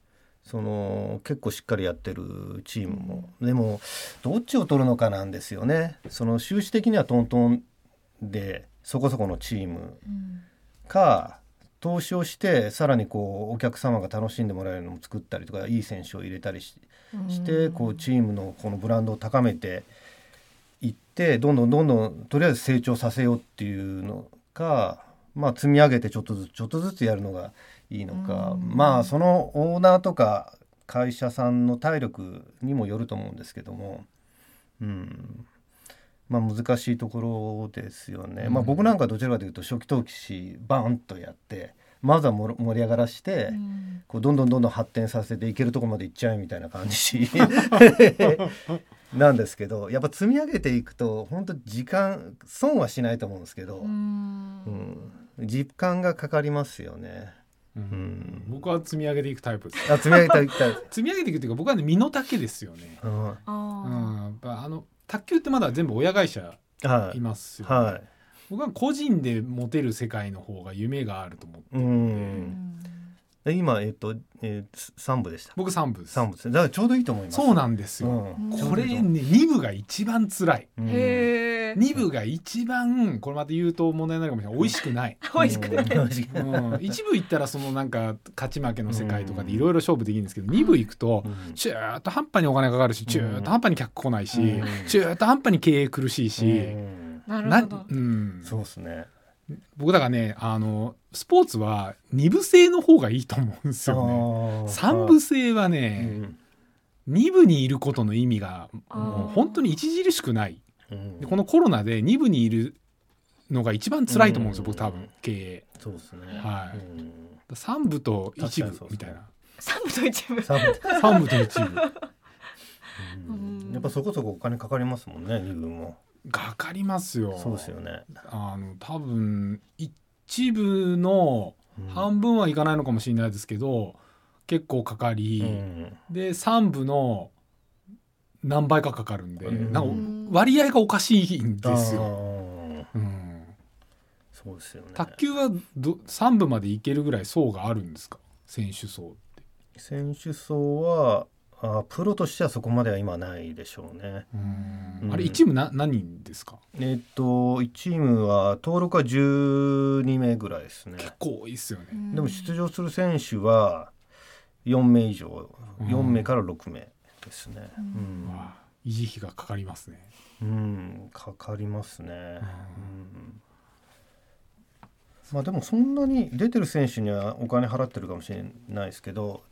Speaker 4: その結構しっかりやってるチームもでもどっちを取るのかなんですよね。その収支的にはトントンでそこそこのチーム
Speaker 3: うん
Speaker 4: か投資をしてさらにこうお客様が楽しんでもらえるのも作ったりとかいい選手を入れたりし
Speaker 3: うん
Speaker 4: してこうチームのこのブランドを高めていってどんどんどんどんとりあえず成長させようっていうのか、まあ、積み上げてちょっとずつちょっとずつやるのがいいのか、まあそのオーナーとか会社さんの体力にもよると思うんですけども、うんまあ、難しいところですよね。まあ、僕なんかどちらかというと初期投資バーンとやってまずはもろ盛り上がらして。
Speaker 3: うん
Speaker 4: こうどんどんどんどん発展させていけるところまでいっちゃうみたいな感じなんですけどやっぱ積み上げていくと本当時間損はしないと思うんですけど、うん、時間がかかりますよね。
Speaker 2: う
Speaker 4: うんん、
Speaker 2: 僕は積み上げていくタイプです
Speaker 4: あ積み上げていきたい、
Speaker 2: 積み上げていくっていうか僕はね身の丈ですよね、
Speaker 4: うん、は
Speaker 2: う
Speaker 3: あ
Speaker 2: ん、やっぱあの卓球ってまだ全部親会社い
Speaker 4: い、
Speaker 2: ますよね、
Speaker 4: は
Speaker 2: 僕は個人で持てる世界の方が夢があると思う
Speaker 4: い、う、
Speaker 3: ーうんん
Speaker 4: で今えっと、えー、三部でした。
Speaker 2: 僕3部です
Speaker 4: 三部です。だからちょうどいいと思います。
Speaker 2: そうなんですよ、
Speaker 4: うん
Speaker 3: うん
Speaker 2: これね2部が一番辛い
Speaker 4: うん
Speaker 3: へえ
Speaker 2: 2部が一番これまた言うと問題になるかもしれない美味しく ない、
Speaker 3: 美味しくない
Speaker 4: うん美味しく
Speaker 2: う
Speaker 4: ない
Speaker 2: ん、1部行ったらそのなんか勝ち負けの世界とかでいろいろ勝負できるんですけど2部行くと
Speaker 4: うん
Speaker 2: 中途半端にお金かかるし中途半端に客来ないし
Speaker 4: うん
Speaker 2: 中途半端に経営苦しいし
Speaker 4: うん
Speaker 3: なる
Speaker 2: な
Speaker 3: ほど
Speaker 2: うん
Speaker 4: そうですね。
Speaker 2: 僕だからねあのスポーツは2部制の方がいいと思うんですよね。3部制は
Speaker 4: う
Speaker 2: ね
Speaker 4: ん
Speaker 2: 2部にいることの意味が
Speaker 3: あー
Speaker 2: もう本当に著しくない
Speaker 4: うん
Speaker 2: でこのコロナで2部にいるのが一番辛いと思うんですよ僕多分経営。
Speaker 4: そうですね。
Speaker 2: はい
Speaker 4: うん
Speaker 2: 3部と一
Speaker 4: 確かにそ
Speaker 2: 部
Speaker 4: う
Speaker 2: み
Speaker 4: ですね
Speaker 2: たいな
Speaker 3: 三部と一部
Speaker 4: サブ
Speaker 2: 3部と一部
Speaker 3: うん
Speaker 4: やっぱそこそこお金かかりますもんね、自分も。
Speaker 2: かかりますよ
Speaker 4: そうですよね。
Speaker 2: あの多分一部の
Speaker 4: うん
Speaker 2: 半分はいかないのかもしれないですけど、結構かかり、
Speaker 4: うん
Speaker 2: で3部の何倍かかかるんで、
Speaker 4: うん
Speaker 2: なんか割合がおかしいんですよ。
Speaker 4: あー
Speaker 2: うん
Speaker 4: そうですよね。
Speaker 2: 卓球はど3部までいけるぐらい層があるんですか選手層って。
Speaker 4: 選手層はあープロとしてはそこまでは今ないでしょうね。
Speaker 2: うん
Speaker 4: うん
Speaker 2: あれ1部な何人ですか
Speaker 4: えっと1チームは登録は12名ぐらいですね。
Speaker 2: 結構多いっすよね。
Speaker 4: でも出場する選手は4名以上、
Speaker 2: うん
Speaker 4: 4名から6名ですね。うん
Speaker 2: うわ維持費がかかりますね。
Speaker 4: うん、かかりますね。うんまあでもそんなに出てる選手にはお金払ってるかもしれないですけど、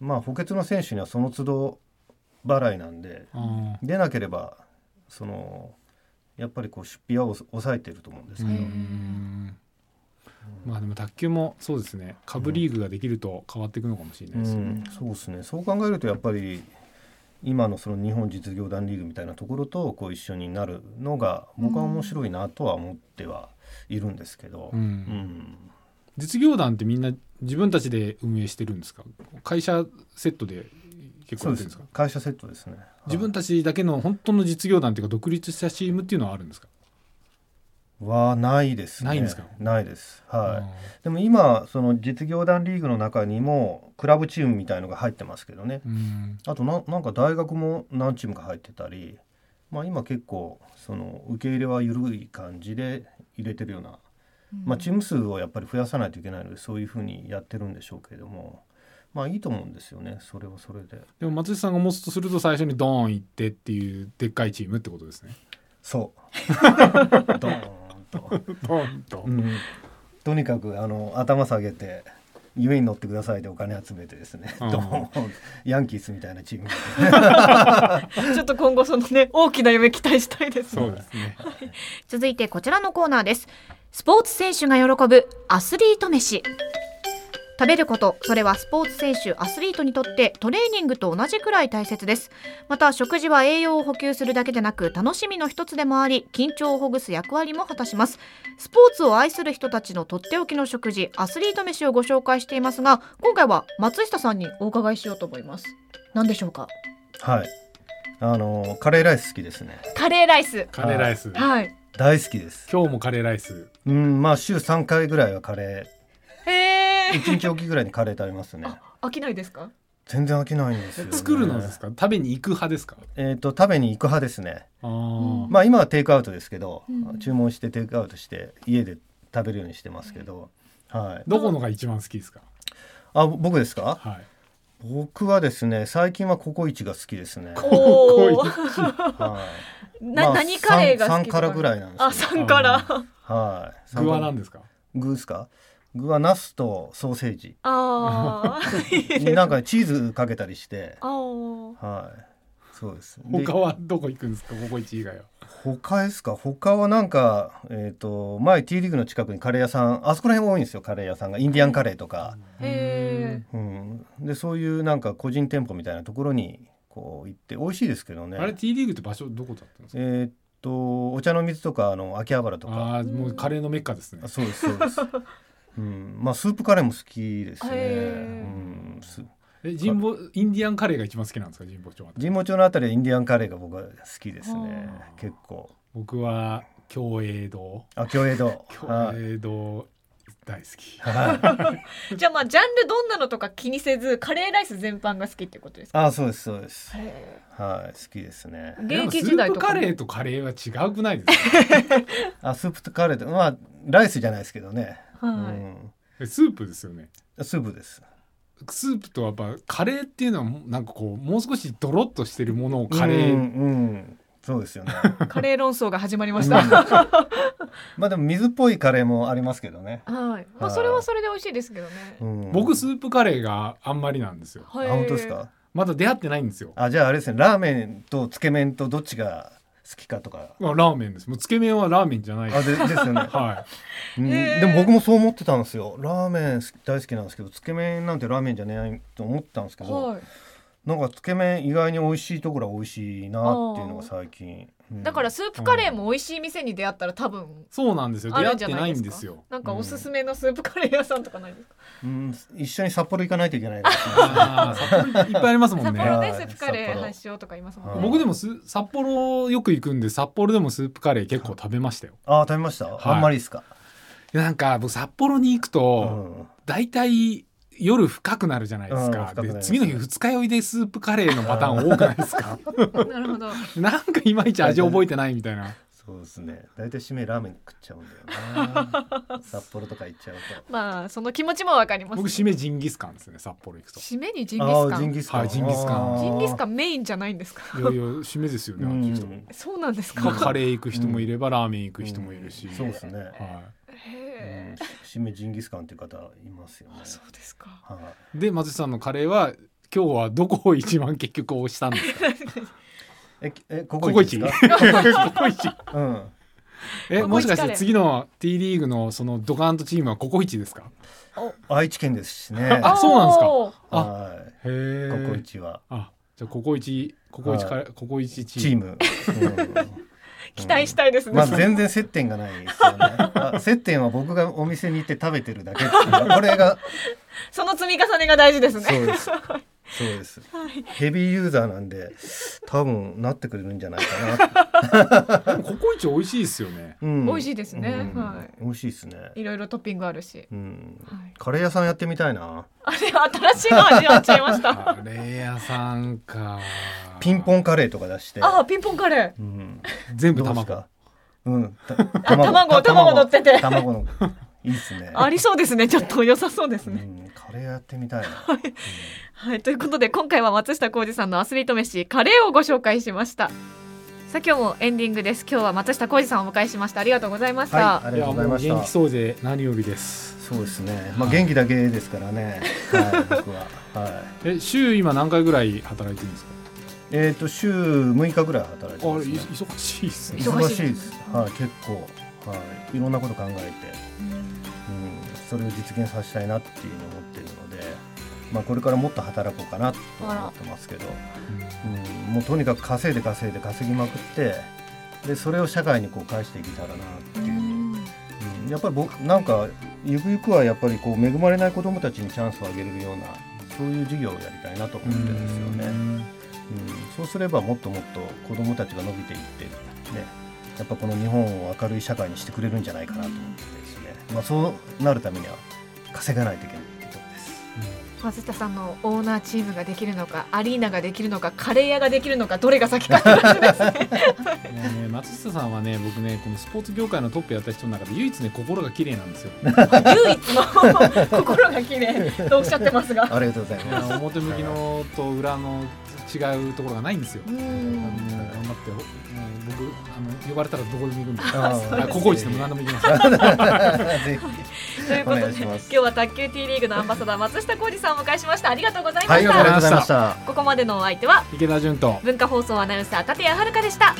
Speaker 4: まあ補欠の選手にはその都度払いなんで、
Speaker 2: うん
Speaker 4: 出なければそのやっぱりこう出費はお抑えてると思うんです
Speaker 2: う
Speaker 4: けど、
Speaker 2: んまあでも卓球もそうですね下部リーグができると変わっていくのかもしれな
Speaker 4: う
Speaker 2: い
Speaker 4: ん
Speaker 2: ですよね、
Speaker 4: そうですね。そう考えるとやっぱり今のその日本実業団リーグみたいなところとこう一緒になるのが僕は面白いなとは思ってはいるんですけど。
Speaker 2: うん
Speaker 4: うん
Speaker 2: 実業団ってみんな自分たちで運営してるんですか会社セットで結構や
Speaker 4: そう
Speaker 2: ってるん
Speaker 4: で
Speaker 2: です
Speaker 4: す
Speaker 2: か
Speaker 4: 会社セットですね
Speaker 2: 自分
Speaker 4: は
Speaker 2: たちだけの本当の実業団っていうか独立したチームっていうのはあるんですか、
Speaker 4: はないですね
Speaker 2: ないんですか
Speaker 4: ないですはいいでも今その実業団リーグの中にもクラブチームみたいのが入ってますけどね
Speaker 2: うん
Speaker 4: あとななんか大学も何チームか入ってたりまあ今結構その受け入れは緩い感じで入れてるようなまあチーム数をやっぱり増やさないといけないのでそういうふうにやってるんでしょうけれどもまあいいと思うんですよねそれはそれで
Speaker 2: でも松井さんが持つとすると最初にドーン行ってっていうでっかいチームってことですね。
Speaker 4: そう ドーンと
Speaker 2: ドーンと
Speaker 4: うん、とにかくあの頭下げて夢に乗ってくださいでお金集めてですね、
Speaker 2: うん
Speaker 4: ドーンヤンキースみたいなチームで
Speaker 3: ちょっと今後そのね大きな夢期待したいです
Speaker 2: そうですね。
Speaker 3: 続いてこちらのコーナーですスポーツ選手が喜ぶアスリート飯食べることそれはスポーツ選手アスリートにとってトレーニングと同じくらい大切ですまた食事は栄養を補給するだけでなく楽しみの一つでもあり緊張をほぐす役割も果たしますスポーツを愛する人たちのとっておきの食事アスリート飯をご紹介していますが今回は松下さんにお伺いしようと思います何でしょうか
Speaker 4: はいあのカレーライス好きですね
Speaker 3: カレーライス
Speaker 2: カレーライス。
Speaker 3: はい
Speaker 4: 大好きです
Speaker 2: 今日もカレーライス。
Speaker 4: うんまあ週3回ぐらいはカレ
Speaker 3: へ
Speaker 4: ー
Speaker 3: え
Speaker 4: 1日おきぐらいにカレー食べますね
Speaker 3: 飽きないですか
Speaker 4: 全然飽きないんですよ、ね、
Speaker 2: 作るのですか食べに行く派ですか
Speaker 4: えっ、と食べに行く派ですね
Speaker 2: ああ、
Speaker 3: ん
Speaker 4: まあ今はテイクアウトですけど、
Speaker 3: うん
Speaker 4: 注文してテイクアウトして家で食べるようにしてますけど、はい
Speaker 2: どこのが一番好きですか
Speaker 4: あ僕ですか
Speaker 2: はい
Speaker 4: 僕はですね最近はココイチが好きです ね、
Speaker 3: おお。
Speaker 4: はい
Speaker 3: な、
Speaker 4: まあ
Speaker 3: 何カレーが好き
Speaker 4: 三三辛ぐらいなんですよ
Speaker 3: あ、三辛。
Speaker 4: はい。
Speaker 2: 具は何ですか
Speaker 4: 具ですか具はナスとソーセ ージ
Speaker 3: あ ー
Speaker 4: になんかチーズかけたりして
Speaker 3: あー
Speaker 4: はいそうですで
Speaker 2: 他はどこ行くんですかココイチ以外は
Speaker 4: 他ですか他はなんかえっ、と前 T リーグの近くにカレー屋さんあそこら辺多いんですよカレー屋さんがインディアンカレーとか、
Speaker 3: へ
Speaker 4: うん、でそういうなんか個人店舗みたいなところにこう行って美味しいですけどね
Speaker 2: あれ T リーグって場所どこだったんですか
Speaker 4: えっ、とお茶の水とかあの秋葉原とか
Speaker 2: ああーもうカレーのメッカですね
Speaker 4: そうですそ うです、うん、まあスープカレーも好きですね、
Speaker 3: へ
Speaker 4: うん、す
Speaker 2: え神保インディアンカレーが一番好きなんですか神保町は
Speaker 4: 神保町のあたりはインディアンカレーが僕は好きですね
Speaker 2: はあ
Speaker 4: 結構
Speaker 2: 僕は共栄堂
Speaker 4: あ共栄堂
Speaker 2: 共
Speaker 4: はい
Speaker 2: 栄堂大好き
Speaker 4: はい
Speaker 3: ーじゃあまあジャンルどんなのとか気にせずカレーライス全般が好きってことですか
Speaker 4: あそうですそうです
Speaker 3: へ
Speaker 4: はい好きですね
Speaker 3: ー現役時代
Speaker 2: なん
Speaker 3: と
Speaker 2: かスープ
Speaker 3: か
Speaker 2: カ
Speaker 3: も
Speaker 2: レーとカレーは違くないですか
Speaker 4: あスープとカレーとまあライスじゃないですけどね、
Speaker 3: は い
Speaker 2: えスープですよね
Speaker 4: うん、スープです
Speaker 2: スープとやっぱカレーっていうのはもうなんかこうもう少しドロッとしてるものをカレー、
Speaker 4: うん、うん、そうですよね
Speaker 3: カレー論争が始まりまし
Speaker 4: う
Speaker 3: た
Speaker 4: んまあでも水っぽいカレーもありますけどね、
Speaker 3: はいまあそれはそれで美味しいですけどね
Speaker 4: うん、
Speaker 2: 僕スープカレーがあんまりなんですよ
Speaker 4: あ
Speaker 3: はい
Speaker 4: 本当ですか
Speaker 2: まだ出会ってないんですよ
Speaker 4: あじゃああれですねラーメンとつけ麺とどっちが好きかとか
Speaker 2: まあラーメンですもうつけ麺はラーメンじゃない
Speaker 4: あでですよ ね、
Speaker 2: は
Speaker 4: うん
Speaker 3: へー
Speaker 4: でも僕もそう思ってたんですよラーメン大好きなんですけどつけ麺なんてラーメンじゃないと思ってたんですけど、
Speaker 3: はい
Speaker 4: なんかつけ麺意外に美味しいところは美味しいなっていうのが最近、うん
Speaker 3: だからスープカレーも美味しい店に出会ったら多分
Speaker 2: いそうなんですよ
Speaker 3: あ
Speaker 2: 出
Speaker 3: る
Speaker 2: 会
Speaker 3: ん
Speaker 2: っ
Speaker 3: じゃ
Speaker 2: て
Speaker 3: な
Speaker 2: ない
Speaker 3: い
Speaker 2: ん
Speaker 3: で
Speaker 2: ですす
Speaker 3: か
Speaker 2: よ。
Speaker 3: なんかおすすめのスープカレー屋さんとかないですか。
Speaker 4: うん、一緒に札幌行かないといけないですね
Speaker 2: あー札幌いっぱいありますもん
Speaker 3: 札
Speaker 2: ね
Speaker 3: 幌で
Speaker 4: はい
Speaker 3: スープカレ ー
Speaker 4: 札幌
Speaker 3: 発祥とか言いますもん
Speaker 4: はい
Speaker 3: ね。
Speaker 2: 僕でもす札幌よく行くんで札幌でもスープカレー結構食べましたよ
Speaker 4: あー食べました、
Speaker 2: はい
Speaker 4: あんまりですか、
Speaker 2: いやなんか僕札幌に行く
Speaker 4: う
Speaker 2: と
Speaker 4: ん、
Speaker 2: 大体夜深くなるじゃないですか、
Speaker 4: うん深くなり
Speaker 2: で
Speaker 4: ます
Speaker 2: 次の日二日酔いでスープカレーのパターン多くないです か
Speaker 3: なるほど。
Speaker 2: なんかいまいち味覚えてないみたい な
Speaker 4: そうですね大体締めラーメン食っちゃうんだよ な札幌とか行っちゃうと
Speaker 3: まあその気持ちもわかります。
Speaker 2: 僕締めジンギスカンですね札幌行くと
Speaker 3: 締めにジンギ
Speaker 4: あ
Speaker 3: ス
Speaker 4: ー
Speaker 3: カ
Speaker 4: ジン
Speaker 3: ン。
Speaker 4: ギスカン、
Speaker 2: はいジンギスカン
Speaker 4: あー
Speaker 3: ジンギスカンメインじゃないんですか。
Speaker 2: いやいや締めですよねあっち行くと、
Speaker 4: うん
Speaker 3: そうなんです
Speaker 2: まあカ
Speaker 3: か。
Speaker 2: レー行く人もいればラーメン行く人もいるし、
Speaker 4: そうですね、
Speaker 2: は
Speaker 3: へ
Speaker 4: うん締めジンギスカンっていう方いますよね
Speaker 3: ーそうですか。
Speaker 4: はい
Speaker 2: い、で松井さんのカレーは今日はどこを一番結局推したん ですか
Speaker 4: ええこ
Speaker 2: コ
Speaker 4: こ
Speaker 2: コ
Speaker 4: こ
Speaker 2: イ
Speaker 4: です
Speaker 2: チ
Speaker 4: か
Speaker 2: ココイチ
Speaker 4: うん
Speaker 2: え
Speaker 3: ココ
Speaker 2: も
Speaker 3: イ
Speaker 2: し
Speaker 3: チ
Speaker 2: か
Speaker 3: カレー
Speaker 2: して次の T リーグのそのドカンとチームはココイチですか
Speaker 4: 愛知県ですしね
Speaker 2: あそうなんですか
Speaker 3: おー
Speaker 2: あ
Speaker 4: は
Speaker 2: へ
Speaker 4: い
Speaker 2: え
Speaker 4: ココイチは
Speaker 2: あじゃあココイチココイチカレーココイチチ
Speaker 4: チ
Speaker 2: ー
Speaker 4: ー
Speaker 2: ム
Speaker 4: ム、
Speaker 3: 期待したいです
Speaker 4: うん
Speaker 3: ね。
Speaker 4: まあ全然接点がないですよねあ接点は僕がお店に行って食べてるだけっていうこれが
Speaker 3: その積み重ねが大事です
Speaker 4: そ
Speaker 3: ね。
Speaker 4: うですそうです、ヘビーユーザーなんで多分なってくれるんじゃないかな、
Speaker 2: でもココイチ美味しいですよね
Speaker 4: うん
Speaker 3: 美味しいですね
Speaker 4: うん
Speaker 3: は
Speaker 4: 美味しいですね、
Speaker 3: いろいろトッピングあるし。
Speaker 4: うん、
Speaker 3: はい
Speaker 4: カレー屋さんやってみたいな
Speaker 3: あれ新しいの味わっちゃい ました。
Speaker 2: カレー屋さんか
Speaker 4: ピン
Speaker 2: ン
Speaker 4: ポンカレーとか出して
Speaker 3: あーピンポンカレー。
Speaker 4: うん
Speaker 2: 全部
Speaker 4: どうです
Speaker 2: 卵
Speaker 4: かうん、た
Speaker 3: 卵卵乗ってて
Speaker 4: 卵のいいですね
Speaker 3: ありそうですね。ちょっと良さそうです
Speaker 4: う
Speaker 3: ね。
Speaker 4: ん、カレーやってみ たいな
Speaker 3: はい、ということで今回は松下浩二さんのアスリート飯カレーをご紹介しましたさあ今日もエンディングです今日は松下浩二さんをお迎えしましたありがとうございました、
Speaker 4: はい、あ
Speaker 2: い
Speaker 4: りが
Speaker 2: や
Speaker 4: とうご
Speaker 2: も
Speaker 4: ざいうました
Speaker 2: 元気そうで何よりです
Speaker 4: そうですねまあ元気だけですからね、はい、僕ははい
Speaker 2: え週今何回ぐらい働いてるんですか
Speaker 4: えっ、と週6日ぐらい働いて
Speaker 2: あ
Speaker 4: ま
Speaker 2: れ
Speaker 4: す、
Speaker 2: い
Speaker 4: ね、
Speaker 2: 忙しいですね
Speaker 3: 忙しい
Speaker 4: ですはい結構はいいろんなこと考えて、うん、それを実現させたいなっていうのを思ってるのでまあこれからもっと働こうかなと思ってますけど、うん、もうとにかく稼いで稼いで稼ぎまくってでそれを社会にこう返していけたらなっていうふうにうんやっぱり僕なんかゆくゆくはやっぱりこう恵まれない子どもたちにチャンスをあげれるようなそういう事業をやりたいなと思ってるんですよね、うんそうすればもっともっと子どもたちが伸びていってねやっぱこの日本を明るい社会にしてくれるんじゃないかなと思ってですね、まあ、そうなるためには稼がないといけないってとこです
Speaker 2: う
Speaker 3: 和田さんのオーナーチームができるのかアリーナができるのかカレー屋ができるのかどれが 先かって話ですね
Speaker 2: もうね、松下さんはね、僕ね、このスポーツ業界のトップやった人の中で唯一ね、心が綺麗なんです よ。
Speaker 3: 唯一の心が綺麗とおっしゃってますが
Speaker 4: ありがとうござい
Speaker 2: あ
Speaker 4: ます。
Speaker 2: の表向きのと裏の違うところがないんですよ。
Speaker 3: う
Speaker 2: あの頑張
Speaker 3: ん
Speaker 2: って、おもう僕あの呼ばれたらどこでも行くん で。
Speaker 4: あー
Speaker 2: あココイチでも何でも行きます。
Speaker 4: ぜひ
Speaker 3: ということ
Speaker 4: お
Speaker 3: で
Speaker 4: 願いし
Speaker 3: 今
Speaker 4: ます
Speaker 3: 日は卓球 T リーグのアンバサダー松下浩二さんをお迎えしましたありがとうございま
Speaker 4: はい、あ
Speaker 3: し
Speaker 4: り
Speaker 3: た、
Speaker 4: がとうございました。
Speaker 3: ここまでのお相手は
Speaker 2: 池田純と
Speaker 3: 文化放送アナウンサー立谷遥でした